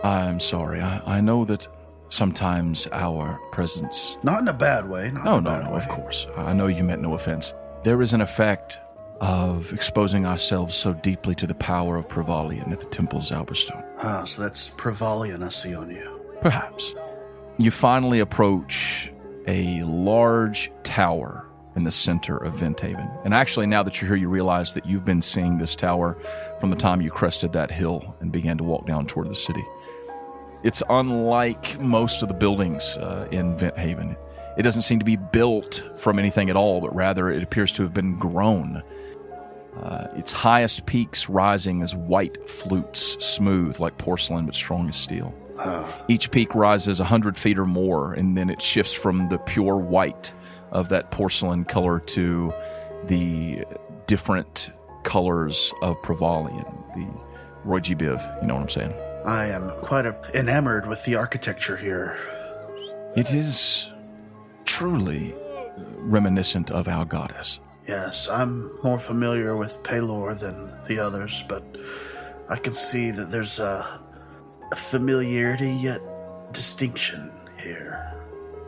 [SPEAKER 4] I'm sorry. I, I know that sometimes our presence
[SPEAKER 5] Not in a bad way. Not
[SPEAKER 4] No,
[SPEAKER 5] in a
[SPEAKER 4] Oh, no,
[SPEAKER 5] bad
[SPEAKER 4] no,
[SPEAKER 5] way.
[SPEAKER 4] of course. I know you meant no offense. There is an effect of exposing ourselves so deeply to the power of Prevalian at the Temple's Alberstone.
[SPEAKER 5] Ah, so that's Prevalian I see on you.
[SPEAKER 4] Perhaps. You finally approach a large tower in the center of Venthaven. And actually, now that you're here, you realize that you've been seeing this tower from the time you crested that hill and began to walk down toward the city. It's unlike most of the buildings uh, in Venthaven. It doesn't seem to be built from anything at all, but rather it appears to have been grown. Uh, its highest peaks rising as white flutes, smooth like porcelain but strong as steel. Each peak rises 100 feet or more, and then it shifts from the pure white of that porcelain color to the different colors of Prevalian, the Rojibiv, you know what I'm saying?
[SPEAKER 5] I am quite a- enamored with the architecture here.
[SPEAKER 4] It is truly reminiscent of our goddess.
[SPEAKER 5] Yes, I'm more familiar with Pelor than the others, but I can see that there's a, a familiarity yet distinction here.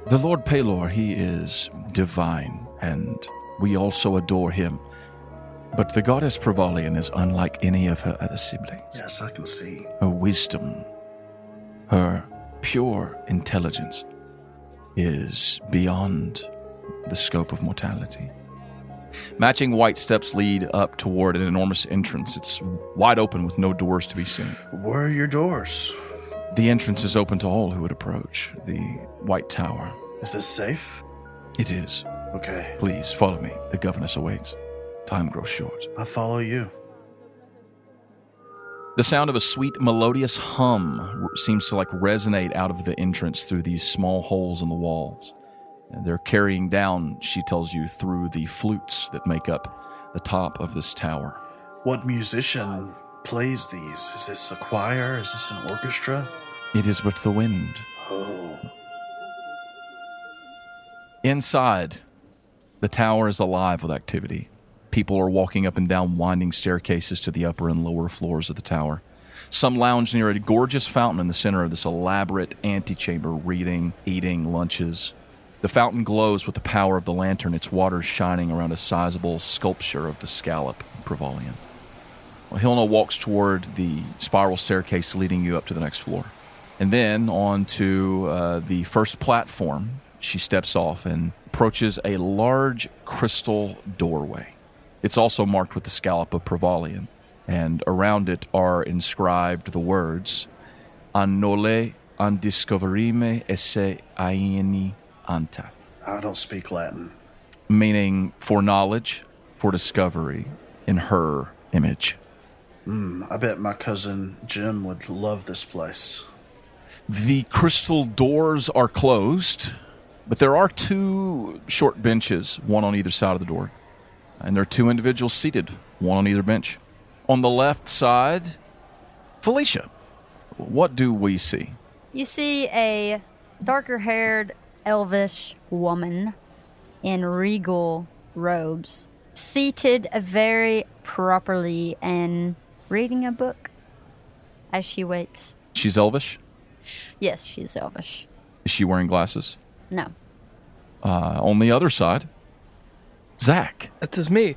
[SPEAKER 4] The Lord Pelor, he is divine, and we also adore him. But the goddess Prevalian is unlike any of her other siblings.
[SPEAKER 5] Yes, I can see.
[SPEAKER 4] her wisdom, her pure intelligence is beyond the scope of mortality.
[SPEAKER 2] Matching white steps lead up toward an enormous entrance. It's wide open with no doors to be seen.
[SPEAKER 5] Where are your doors?
[SPEAKER 4] The entrance is open to all who would approach the White Tower.
[SPEAKER 5] Is this safe?
[SPEAKER 4] It is.
[SPEAKER 5] Okay,
[SPEAKER 4] Please follow me. The governess awaits. Time grows short.
[SPEAKER 5] I follow you.
[SPEAKER 2] The sound of a sweet, melodious hum r- seems to like resonate out of the entrance through these small holes in the walls. And they're carrying down, she tells you, through the flutes that make up the top of this tower.
[SPEAKER 5] What musician plays these? Is this a choir? Is this an orchestra?
[SPEAKER 4] It is but the wind
[SPEAKER 5] Oh,
[SPEAKER 2] Inside, the tower is alive with activity. People are walking up and down winding staircases to the upper and lower floors of the tower. Some lounge near a gorgeous fountain in the center of this elaborate antechamber, reading, eating, lunches. The fountain glows with the power of the lantern, its waters shining around a sizable sculpture of the scallop of Prevalian. Well, Hilna walks toward the spiral staircase leading you up to the next floor. And then on to uh, the first platform, she steps off and approaches a large crystal doorway. It's also marked with the scallop of Prevalian, and around it are inscribed the words Annole undiscoverime esse aeni anta,
[SPEAKER 5] I don't speak Latin.
[SPEAKER 2] meaning for knowledge, for discovery, in her image.
[SPEAKER 5] I bet my cousin Jim would love this place.
[SPEAKER 2] The crystal doors are closed, but there are two short benches, one on either side of the door. And there are two individuals seated, one on either bench. On the left side, Felicia. What do we see?
[SPEAKER 7] You see a darker haired, elvish woman in regal robes, seated very properly and reading a book as she waits.
[SPEAKER 2] She's elvish.
[SPEAKER 7] Yes, she's elvish.
[SPEAKER 2] Is she wearing glasses?
[SPEAKER 7] No.
[SPEAKER 2] Uh, on the other side, Zach.
[SPEAKER 8] That is me.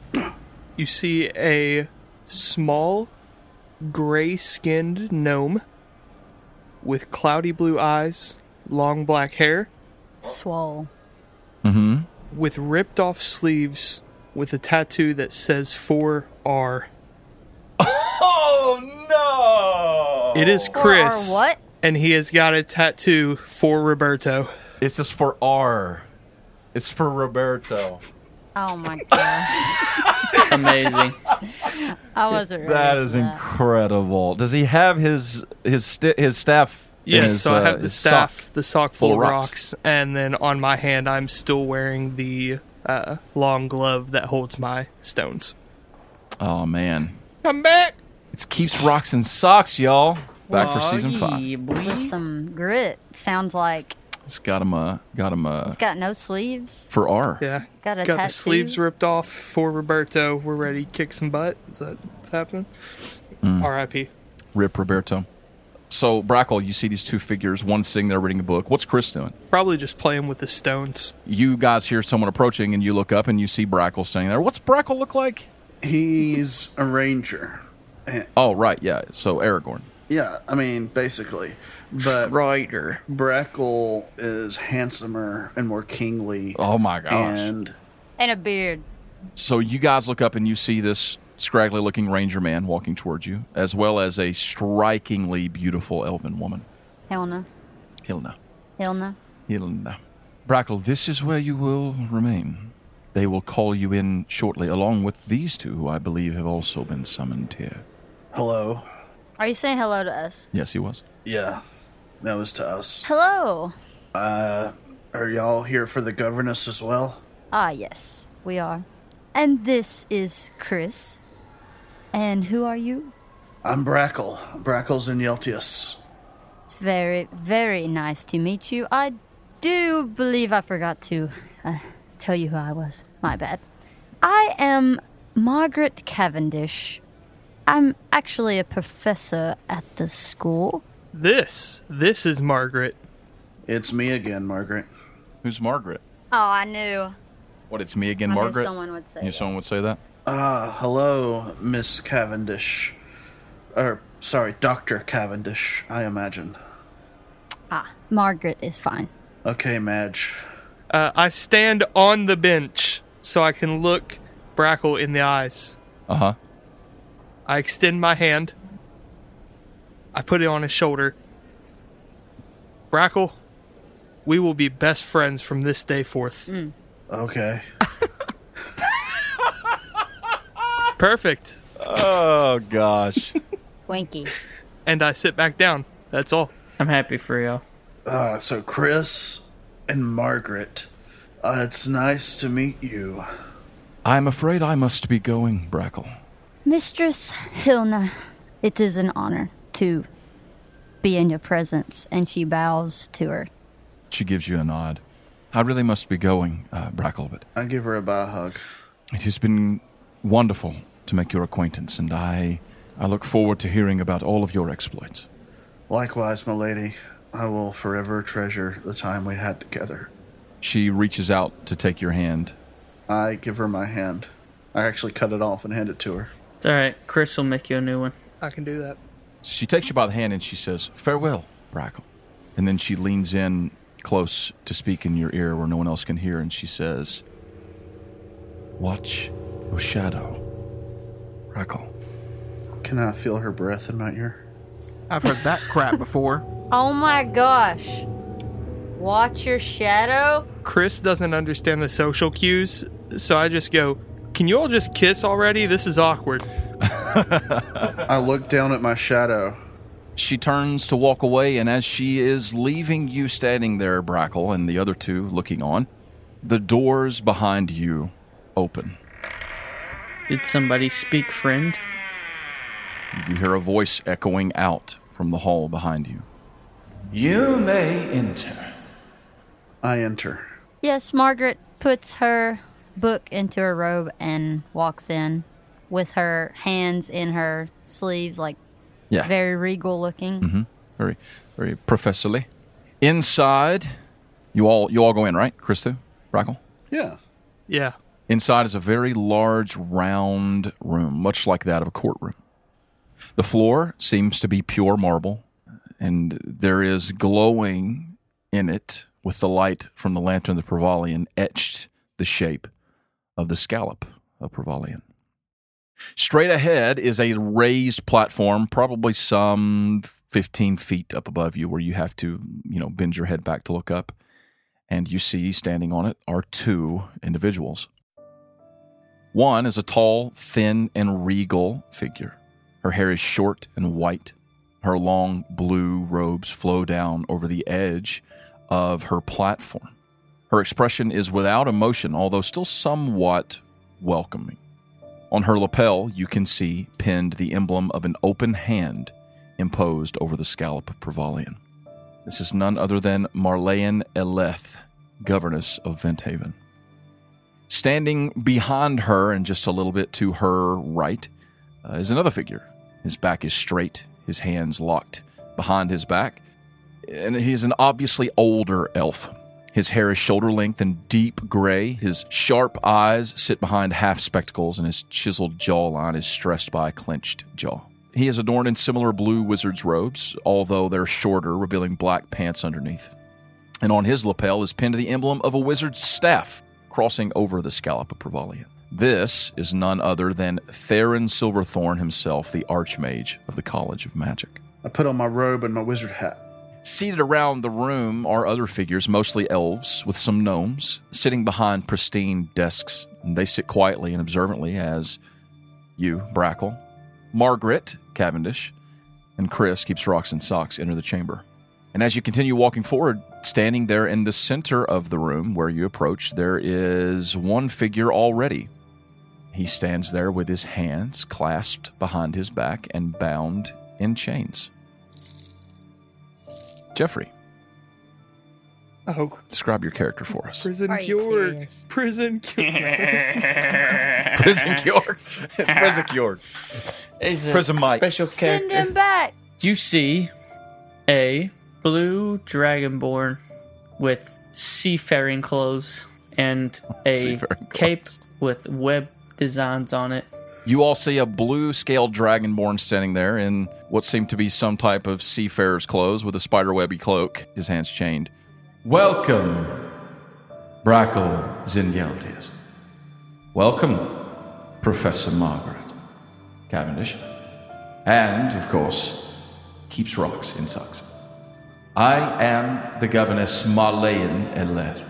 [SPEAKER 8] You see a small, gray skinned gnome with cloudy blue eyes, long black hair,
[SPEAKER 7] Swole.
[SPEAKER 8] with ripped off sleeves, with a tattoo that says 4R.
[SPEAKER 2] Oh
[SPEAKER 8] It is
[SPEAKER 7] Or-
[SPEAKER 8] Chris.
[SPEAKER 7] Or what?
[SPEAKER 8] And he has got a tattoo for Roberto.
[SPEAKER 2] no! This is for R. It's for Roberto.
[SPEAKER 7] Oh my gosh.
[SPEAKER 1] Amazing.
[SPEAKER 2] <laughs>
[SPEAKER 7] I wasn't ready.
[SPEAKER 2] That
[SPEAKER 7] for
[SPEAKER 2] is incredible. Does he have his his sti his staff? in
[SPEAKER 8] Yes,
[SPEAKER 2] his,
[SPEAKER 8] so I
[SPEAKER 2] uh,
[SPEAKER 8] have the
[SPEAKER 2] his
[SPEAKER 8] staff,
[SPEAKER 2] sock?
[SPEAKER 8] the sock full,
[SPEAKER 2] full
[SPEAKER 8] of
[SPEAKER 2] of
[SPEAKER 8] rocks.
[SPEAKER 2] rocks.
[SPEAKER 8] and then on my hand, I'm still wearing the uh, long glove that holds my stones.
[SPEAKER 2] Oh man,
[SPEAKER 8] Come back!
[SPEAKER 2] it keeps rocks and socks, y'all. Back for season five.
[SPEAKER 1] Yeah, boy.
[SPEAKER 7] Some grit. Sounds like
[SPEAKER 2] It's got him a got him a
[SPEAKER 7] it's got no sleeves.
[SPEAKER 2] for R.
[SPEAKER 8] Yeah.
[SPEAKER 7] Got a
[SPEAKER 8] Got
[SPEAKER 7] tattoo.
[SPEAKER 8] the sleeves ripped off for Roberto. We're ready to kick some butt. Is that what's happening? R.I.P.
[SPEAKER 2] Rip Roberto. So Brackle, you see these two figures. One sitting there reading a book. What's Chris doing?
[SPEAKER 8] Probably just playing with the stones.
[SPEAKER 2] You guys hear someone approaching, and you look up and you see Brackle standing there. What's Brackle look like?
[SPEAKER 5] He's a ranger.
[SPEAKER 2] Oh right, yeah. So Aragorn.
[SPEAKER 5] Yeah, I mean, basically. But
[SPEAKER 1] Strider.
[SPEAKER 5] Brackle is handsomer and more kingly.
[SPEAKER 2] Oh my gosh.
[SPEAKER 5] And
[SPEAKER 7] And a beard.
[SPEAKER 2] So you guys look up and you see this scraggly looking ranger man walking towards you, as well as a strikingly beautiful elven woman.
[SPEAKER 7] Hell no.
[SPEAKER 2] Hilna.
[SPEAKER 7] Hell no.
[SPEAKER 2] Hilna. Brackle, this is where you will remain. They will call you in shortly, along with these two, who I believe have also been summoned here.
[SPEAKER 5] hello.
[SPEAKER 7] Are you saying hello to us?
[SPEAKER 2] Yes, he was.
[SPEAKER 5] Yeah, that was to us.
[SPEAKER 7] Hello.
[SPEAKER 5] Are y'all here for the governess as well?
[SPEAKER 7] Ah, yes, we are. And this is Chris. And who are you?
[SPEAKER 5] I'm Brackle. Brackle's in Yeltius.
[SPEAKER 7] It's very, very nice to meet you. I do believe I forgot to uh, tell you who I was. My bad. I am Margaret Cavendish. I'm actually a professor at the school.
[SPEAKER 8] This, this is Margaret.
[SPEAKER 5] It's me again, Margaret.
[SPEAKER 2] Who's Margaret?
[SPEAKER 7] Oh, I knew.
[SPEAKER 2] What, it's me again,
[SPEAKER 7] I knew
[SPEAKER 2] Margaret?
[SPEAKER 7] someone would say
[SPEAKER 2] You knew
[SPEAKER 7] that.
[SPEAKER 2] someone would say that?
[SPEAKER 5] Uh, hello, Miss Cavendish. Or, sorry, Dr. Cavendish, I imagine.
[SPEAKER 7] Margaret is fine.
[SPEAKER 5] Okay, Madge.
[SPEAKER 8] Uh, I stand on the bench so I can look Brackle in the eyes.
[SPEAKER 2] Uh huh.
[SPEAKER 8] I extend my hand. I put it on his shoulder. Brackle, we will be best friends from this day forth.
[SPEAKER 7] Mm.
[SPEAKER 5] Okay.
[SPEAKER 8] Perfect.
[SPEAKER 2] Oh, gosh.
[SPEAKER 7] Winky.
[SPEAKER 8] And I sit back down. That's all.
[SPEAKER 1] I'm happy for y'all.
[SPEAKER 5] Uh, so, Chris and Margaret, uh, it's nice to meet you.
[SPEAKER 2] <laughs> I'm afraid I must be going, Brackle.
[SPEAKER 7] Mistress Hilna, it is an honor to be in your presence, and she bows to her.
[SPEAKER 2] She gives you a nod. I really must be going, uh, Brackle, but
[SPEAKER 5] I give her a bye hug.
[SPEAKER 2] It has been wonderful to make your acquaintance, and I, I look forward to hearing about all of your exploits.
[SPEAKER 5] Likewise, my lady, I will forever treasure the time we had together.
[SPEAKER 2] She reaches out to take your hand.
[SPEAKER 5] I give her my hand. I actually cut it off and hand it to her.
[SPEAKER 1] It's alright. Chris will make you a new one.
[SPEAKER 8] I can do that.
[SPEAKER 2] She takes you by the hand and she says, Farewell, Brackle. And then she leans in close to speak in your ear where no one else can hear, and she says, Watch your shadow, Brackle.
[SPEAKER 5] Can I feel her breath in my ear?
[SPEAKER 9] I've heard that crap before.
[SPEAKER 7] Oh my gosh. Watch your shadow?
[SPEAKER 8] Chris doesn't understand the social cues, so I just go, Can you all just kiss already? This is awkward.
[SPEAKER 5] I look down at my shadow.
[SPEAKER 2] She turns to walk away, and as she is leaving you standing there, Brackle, and the other two looking on, the doors behind you open.
[SPEAKER 1] Did somebody speak friend?
[SPEAKER 2] You hear a voice echoing out from the hall behind you. You may enter.
[SPEAKER 5] I enter.
[SPEAKER 7] Yes, Margaret puts her book into her robe and walks in with her hands in her sleeves, like
[SPEAKER 2] Yeah.
[SPEAKER 7] very regal looking.
[SPEAKER 1] Mm-hmm.
[SPEAKER 2] very, very professorly. Inside, you all you all go in, right, Krista, Brackle?
[SPEAKER 5] Yeah.
[SPEAKER 8] Yeah.
[SPEAKER 2] Inside is a very large, round room, much like that of a courtroom. The floor seems to be pure marble, and there is glowing in it with the light from the lantern of the Provalian etched the shape of the scallop of Provalian. Straight ahead is a raised platform, probably some 15 feet up above you, where you have to, you know, bend your head back to look up. And you see standing on it are two individuals. One is a tall, thin, and regal figure. Her hair is short and white. Her long blue robes flow down over the edge of her platform. Her expression is without emotion, although still somewhat welcoming. On her lapel, you can see pinned the emblem of an open hand imposed over the scallop of Provalian. This is none other than Marlayan Eleth, governess of Venthaven. Standing behind her and just a little bit to her right uh, is another figure. His back is straight, his hands locked behind his back, and he's an obviously older elf. His hair is shoulder length and deep gray. His sharp eyes sit behind half spectacles, and his chiseled jawline is stressed by a clenched jaw. He is adorned in similar blue wizard's robes, although they're shorter, revealing black pants underneath and on his lapel is pinned the emblem of a wizard's staff crossing over the scallop of Provalian. This is none other than Theron Silverthorn himself, the Archmage of the College of Magic.
[SPEAKER 5] I put on my robe and my wizard hat.
[SPEAKER 2] Seated around the room are other figures, mostly elves, with some gnomes, sitting behind pristine desks. And they sit quietly and observantly as you, Brackle, Margaret, Cavendish, and Chris keeps rocks and socks enter the chamber. And as you continue walking forward, standing there in the center of the room where you approach, there is one figure already. He stands there with his hands clasped behind his back and bound in chains. Jeffrey,
[SPEAKER 8] Oh,
[SPEAKER 2] describe your character for
[SPEAKER 8] <laughs>
[SPEAKER 2] us.
[SPEAKER 8] prison
[SPEAKER 7] Are you
[SPEAKER 8] cure.
[SPEAKER 7] serious? <laughs>
[SPEAKER 8] Prison cure.
[SPEAKER 2] Prison Cure. <laughs> It's Prison Cure.
[SPEAKER 1] Is a
[SPEAKER 2] Prison Mike.
[SPEAKER 1] special
[SPEAKER 7] Send
[SPEAKER 1] character.
[SPEAKER 7] him back.
[SPEAKER 1] You see a blue dragonborn with seafaring clothes and a
[SPEAKER 2] Seafaring clothes.
[SPEAKER 1] cape with web designs on it.
[SPEAKER 2] You all see a blue scaled dragonborn standing there in what seemed to be some type of seafarer's clothes with a spiderwebby cloak, his hands chained. Welcome, Brackle Zingeldius. Welcome, Professor Margaret Cavendish. And, of course, keeps rocks in socks. I am the governess Marlayan Eleth,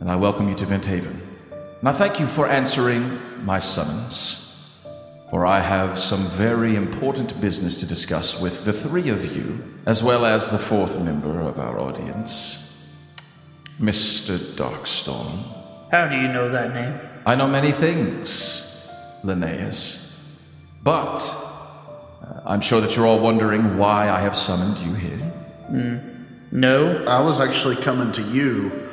[SPEAKER 2] and I welcome you to Venthaven. And I thank you for answering my summons, for I have some very important business to discuss with the three of you, as well as the fourth member of our audience, Mr. Darkstorm.
[SPEAKER 1] How do you know that name?
[SPEAKER 2] I know many things, Linnaeus, but uh, I'm sure that you're all wondering why I have summoned you here.
[SPEAKER 1] No?
[SPEAKER 5] I was actually coming to you,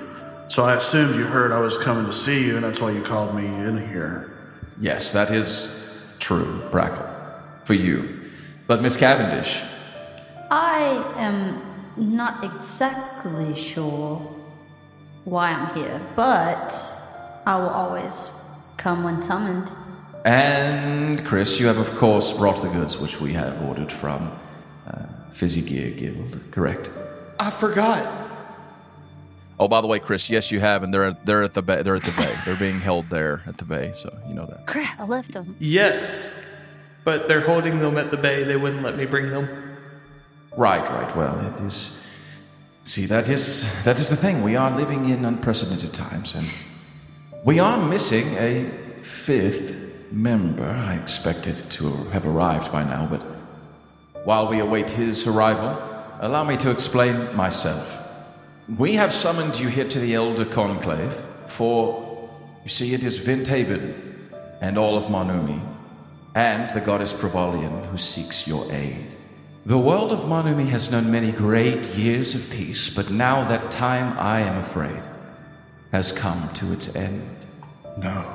[SPEAKER 5] so I assumed you heard I was coming to see you, and that's why you called me in here.
[SPEAKER 2] Yes, that is true, Brackle, for you. But Miss Cavendish,
[SPEAKER 7] I am not exactly sure why I'm here, but I will always come when summoned.
[SPEAKER 2] And Chris, you have of course brought the goods which we have ordered from uh, Fizzy Gear Guild, correct?
[SPEAKER 8] I forgot.
[SPEAKER 2] Oh, by the way, Chris, yes, you have, and they're they're at the bay. They're at the bay. they're being held there at the bay, so you know that.
[SPEAKER 7] Crap, I left him.
[SPEAKER 8] Yes. But they're holding them at the bay. They wouldn't let me bring them.
[SPEAKER 2] Right, right. Well, it is See, that is that is the thing. We are living in unprecedented times, and we are missing a fifth member. I expected to have arrived by now, but while we await his arrival, allow me to explain myself. We have summoned you here to the Elder Conclave, for you see, it is Vinthaven and all of Manumi, and the goddess Provalian who seeks your aid. The world of Manumi has known many great years of peace, but now that time, I am afraid, has come to its end.
[SPEAKER 5] No.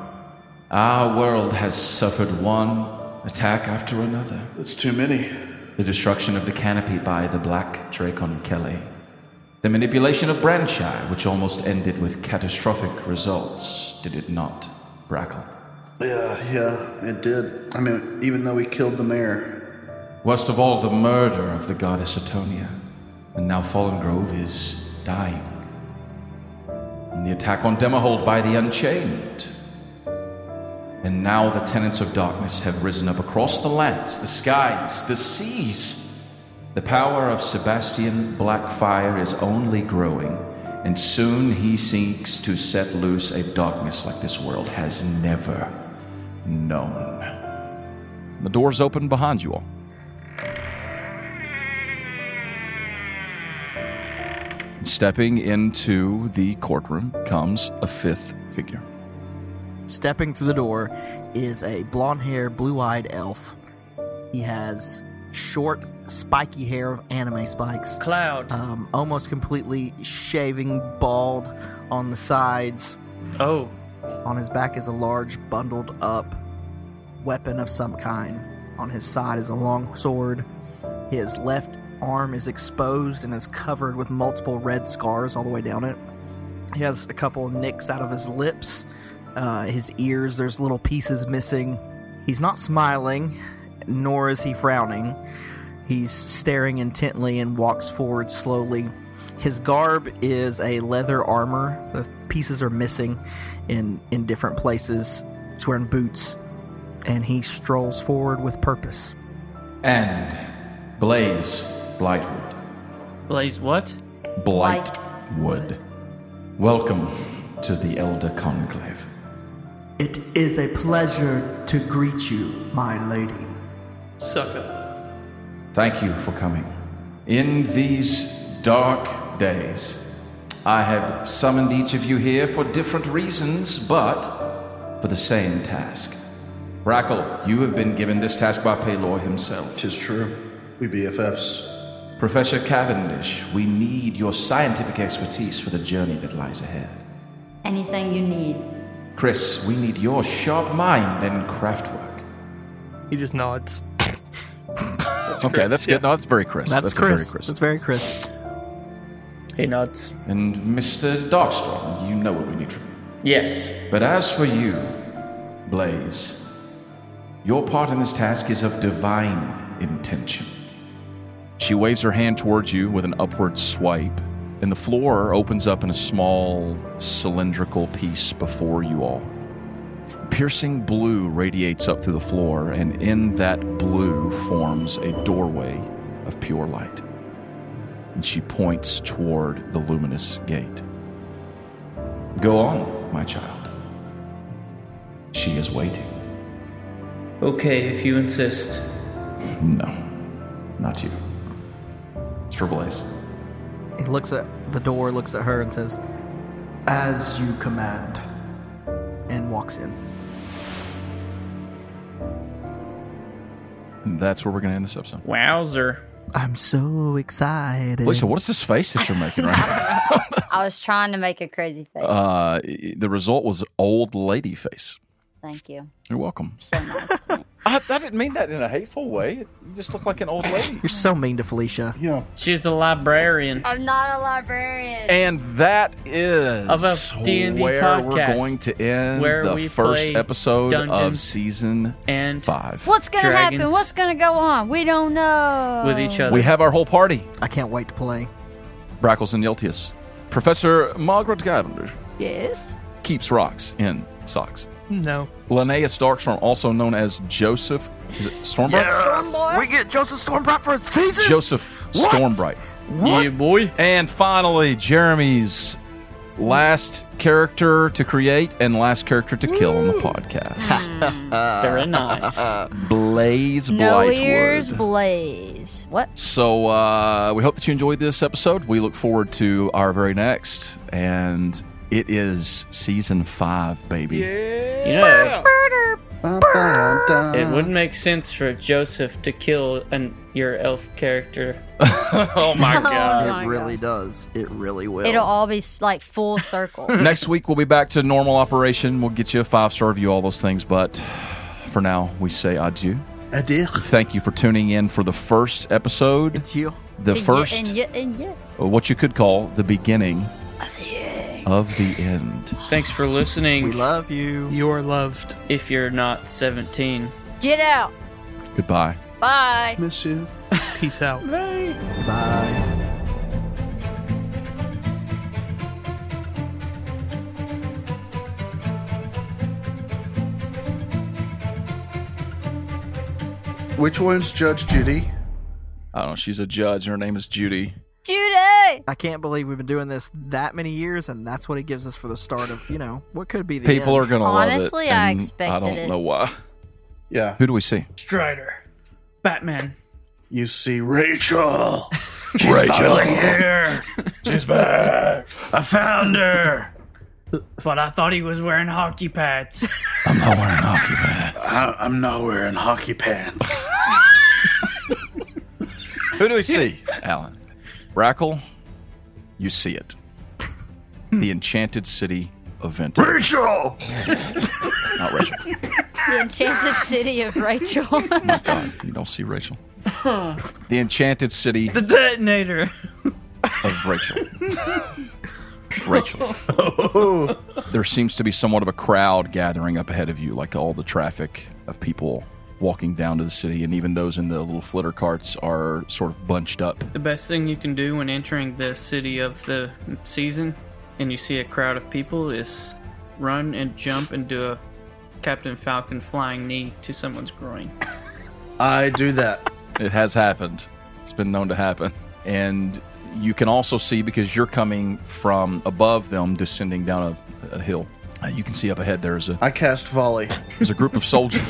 [SPEAKER 2] Our world has suffered one attack after another.
[SPEAKER 5] That's too many.
[SPEAKER 2] The destruction of the canopy by the Black Dracon Kelly. The manipulation of Branchai, which almost ended with catastrophic results, did it not, Brackle?
[SPEAKER 5] Yeah, yeah, it did. I mean, even though we killed the mayor.
[SPEAKER 2] Worst of all, the murder of the goddess Atonia. And now Fallen Grove is dying. And the attack on Demahold by the Unchained. And now the tenants of darkness have risen up across the lands, the skies, the seas. The power of Sebastian Blackfire is only growing, and soon he seeks to set loose a darkness like this world has never known.
[SPEAKER 10] The door's open behind you all. Stepping into the courtroom comes a fifth figure.
[SPEAKER 6] Stepping through the door is a blonde haired, blue eyed elf. He has short, spiky hair of anime spikes,
[SPEAKER 1] Cloud.
[SPEAKER 6] um, almost completely shaving bald on the sides.
[SPEAKER 1] oh,
[SPEAKER 6] On his back is a large, bundled up weapon of some kind. On his side is a long sword. His left arm is exposed and is covered with multiple red scars all the way down it. He has a couple nicks out of his lips. Uh, his ears, there's little pieces missing. He's not smiling, nor is he frowning. He's staring intently and walks forward slowly. His garb is a leather armor. The pieces are missing in, in different places. He's wearing boots, and he strolls forward with purpose.
[SPEAKER 2] And Blaze Blightwood.
[SPEAKER 1] Blaze what?
[SPEAKER 2] Blightwood. Welcome to the Elder Conclave.
[SPEAKER 11] It is a pleasure to greet you, my lady.
[SPEAKER 8] Suck up.
[SPEAKER 2] Thank you for coming. In these dark days, I have summoned each of you here for different reasons, but for the same task. Brackle, you have been given this task by Paylor himself.
[SPEAKER 5] Tis true. We BFFs.
[SPEAKER 2] Professor Cavendish, we need your scientific expertise for the journey that lies ahead.
[SPEAKER 7] Anything you need.
[SPEAKER 2] Chris, we need your sharp mind and craftwork.
[SPEAKER 8] He just nods.
[SPEAKER 10] okay,
[SPEAKER 8] Chris,
[SPEAKER 10] that's
[SPEAKER 8] yeah.
[SPEAKER 10] good. No, that's very Chris.
[SPEAKER 6] That's,
[SPEAKER 10] a very
[SPEAKER 6] Chris. That's very Chris.
[SPEAKER 1] He nods.
[SPEAKER 2] And Mr. Darkstorm, you know what we need from you.
[SPEAKER 1] Yes.
[SPEAKER 2] But as for you, Blaze, your part in this task is of divine intention.
[SPEAKER 10] She waves her hand towards you with an upward swipe, and the floor opens up in a small cylindrical piece before you all. Piercing blue radiates up through the floor, and in that blue forms a doorway of pure light. And she points toward the luminous gate.
[SPEAKER 2] Go on, my child. She is waiting.
[SPEAKER 1] Okay, if you insist.
[SPEAKER 2] No, not you. It's for Blaze.
[SPEAKER 6] He looks at the door, looks at her, and says,
[SPEAKER 11] As you command.
[SPEAKER 6] and walks in.
[SPEAKER 10] And that's where we're going to end this episode.
[SPEAKER 1] Wowzer.
[SPEAKER 6] I'm so excited.
[SPEAKER 10] Lisa, what is this face that you're making right now?
[SPEAKER 7] I was trying to make a crazy face.
[SPEAKER 10] <laughs> Uh, the result was old lady face.
[SPEAKER 7] Thank you.
[SPEAKER 10] You're welcome.
[SPEAKER 7] So nice to me.
[SPEAKER 10] <laughs> I, I didn't mean that in a hateful way. You just look like an old lady.
[SPEAKER 6] You're so mean to Felicia.
[SPEAKER 5] Yeah.
[SPEAKER 1] She's the librarian.
[SPEAKER 7] I'm not a librarian.
[SPEAKER 10] And that is
[SPEAKER 1] Of a D&D
[SPEAKER 10] where we're
[SPEAKER 1] podcast,
[SPEAKER 10] going to end
[SPEAKER 1] where
[SPEAKER 10] the
[SPEAKER 1] we
[SPEAKER 10] first
[SPEAKER 1] play
[SPEAKER 10] episode of
[SPEAKER 1] Dungeons
[SPEAKER 10] season
[SPEAKER 1] And
[SPEAKER 10] five.
[SPEAKER 7] What's gonna happen?
[SPEAKER 1] Dragons.
[SPEAKER 7] What's gonna go on? We don't know.
[SPEAKER 1] with each other.
[SPEAKER 10] We have our whole party:
[SPEAKER 6] I can't wait to play.
[SPEAKER 10] Brackles and Yeltius, Professor Margaret Gavender
[SPEAKER 7] Yes.
[SPEAKER 10] keeps rocks in socks.
[SPEAKER 8] No.
[SPEAKER 10] Linnaeus Darkstorm, also known as Joseph is it Stormbright.
[SPEAKER 7] Stormboy?
[SPEAKER 6] We get Joseph Stormbright for a season.
[SPEAKER 10] Joseph
[SPEAKER 6] What?
[SPEAKER 10] Stormbright.
[SPEAKER 1] Yeah, boy.
[SPEAKER 2] And finally, Jeremy's last character to create and last character to kill on the podcast.
[SPEAKER 1] Uh,
[SPEAKER 12] Very nice.
[SPEAKER 2] <laughs> Blaze
[SPEAKER 7] Hmm. No ears
[SPEAKER 2] Blightwood.
[SPEAKER 7] blaze. What?
[SPEAKER 2] so uh, we hope that you enjoyed this episode. We look forward to our very next, and it is season five, baby.
[SPEAKER 1] You know,
[SPEAKER 6] Ba-ba-da-da.
[SPEAKER 1] it wouldn't make sense for Joseph to kill an your elf character.
[SPEAKER 2] Oh my
[SPEAKER 1] <laughs>
[SPEAKER 2] god!
[SPEAKER 7] my
[SPEAKER 6] It really does. It really will.
[SPEAKER 7] It'll all be s-
[SPEAKER 2] <laughs>
[SPEAKER 7] like full circle.
[SPEAKER 2] next week we'll be back to normal operation. We'll get you a five star review, all those things. But for now, we say adieu.
[SPEAKER 5] Adieu.
[SPEAKER 2] Thank you for tuning in for the first episode,
[SPEAKER 6] it's you.
[SPEAKER 2] the
[SPEAKER 7] And
[SPEAKER 2] first. uh,
[SPEAKER 7] yet- and yet,
[SPEAKER 2] what you could call the beginning of the end.
[SPEAKER 1] Thanks for
[SPEAKER 6] We
[SPEAKER 1] listening.
[SPEAKER 6] love you.
[SPEAKER 8] You are loved.
[SPEAKER 1] if you're not 17.
[SPEAKER 7] and yet. Get out.
[SPEAKER 2] Goodbye. <laughs>
[SPEAKER 7] Bye.
[SPEAKER 5] Miss you.
[SPEAKER 8] Peace out.
[SPEAKER 6] Bye.
[SPEAKER 5] Which one's Judge Judy?
[SPEAKER 2] I don't know. She's a judge. and Her name is Judy.
[SPEAKER 7] Judy.
[SPEAKER 6] I can't believe we've been doing this that many years, and that's what it gives us for the start of, you know, what could be the
[SPEAKER 2] People
[SPEAKER 6] end.
[SPEAKER 2] are gonna love
[SPEAKER 7] Honestly,
[SPEAKER 2] it.
[SPEAKER 7] I
[SPEAKER 2] and
[SPEAKER 7] expected
[SPEAKER 2] I don't
[SPEAKER 7] it.
[SPEAKER 2] know <laughs> why.
[SPEAKER 5] Yeah.
[SPEAKER 2] Who do we see?
[SPEAKER 1] Strider. Batman.
[SPEAKER 5] You see <laughs> Rachel. She's finally <laughs> here.
[SPEAKER 9] She's back.
[SPEAKER 5] I found her.
[SPEAKER 1] But I thought he was wearing hockey pads.
[SPEAKER 2] I'm not wearing hockey pants.
[SPEAKER 5] I, I'm not wearing hockey pants. <laughs>
[SPEAKER 2] Who do we see? <laughs> Alan. Rackle, you see <laughs> it. the enchanted city of Venta.
[SPEAKER 5] Rachel.
[SPEAKER 2] not Rachel. <laughs>
[SPEAKER 7] The enchanted city of Rachel. <laughs>
[SPEAKER 2] God, you don't see Rachel. the enchanted city
[SPEAKER 1] the detonator.
[SPEAKER 2] of Rachel. Rachel. there seems to be somewhat of a crowd gathering up ahead of you, like all the traffic of people walking down to the city, and even those in the little flitter carts are sort of bunched up.
[SPEAKER 1] <laughs> The best thing you can do when entering the city of the season and you see a crowd of people is run and jump and do a Captain Falcon flying knee to someone's groin.
[SPEAKER 5] I do that.
[SPEAKER 2] It has happened. It's been known to happen. And you can also see because you're coming from above them, descending down a, a hill. Uh, You can see up ahead there's a
[SPEAKER 5] I cast volley.
[SPEAKER 2] There's a group of soldiers.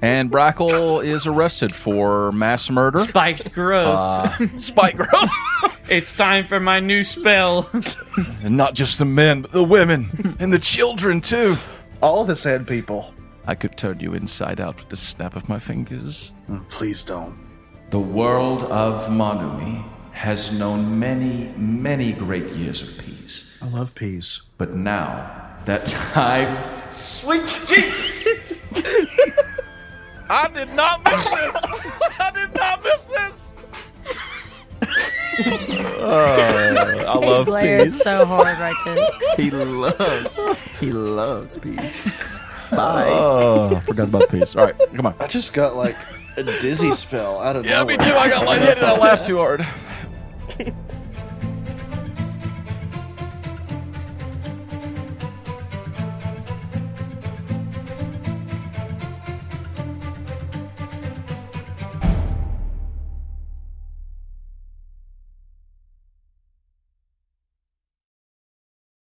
[SPEAKER 2] and Brackle is arrested for mass murder.
[SPEAKER 1] Spiked growth.
[SPEAKER 2] Spike Grove.
[SPEAKER 1] it's time for my new spell. <laughs>
[SPEAKER 2] and not just the men, but the women and the children too.
[SPEAKER 5] All the sad people.
[SPEAKER 2] I could turn you inside out with the snap of my fingers.
[SPEAKER 5] Please don't.
[SPEAKER 9] The world of Manumi has known many, many great years of peace.
[SPEAKER 5] I love peas.
[SPEAKER 9] But now, that time. Sweet Jesus!
[SPEAKER 4] I did not miss this. I did not miss this.
[SPEAKER 2] I
[SPEAKER 7] he
[SPEAKER 2] love
[SPEAKER 7] glared
[SPEAKER 2] peas.
[SPEAKER 7] so hard right there.
[SPEAKER 6] He loves, he loves peace. Bye.
[SPEAKER 2] Oh, I forgot about peas. All right, come on.
[SPEAKER 5] I just got like <laughs> a dizzy spell out of
[SPEAKER 2] Yeah, me too. I got lightheaded. I laughed too hard.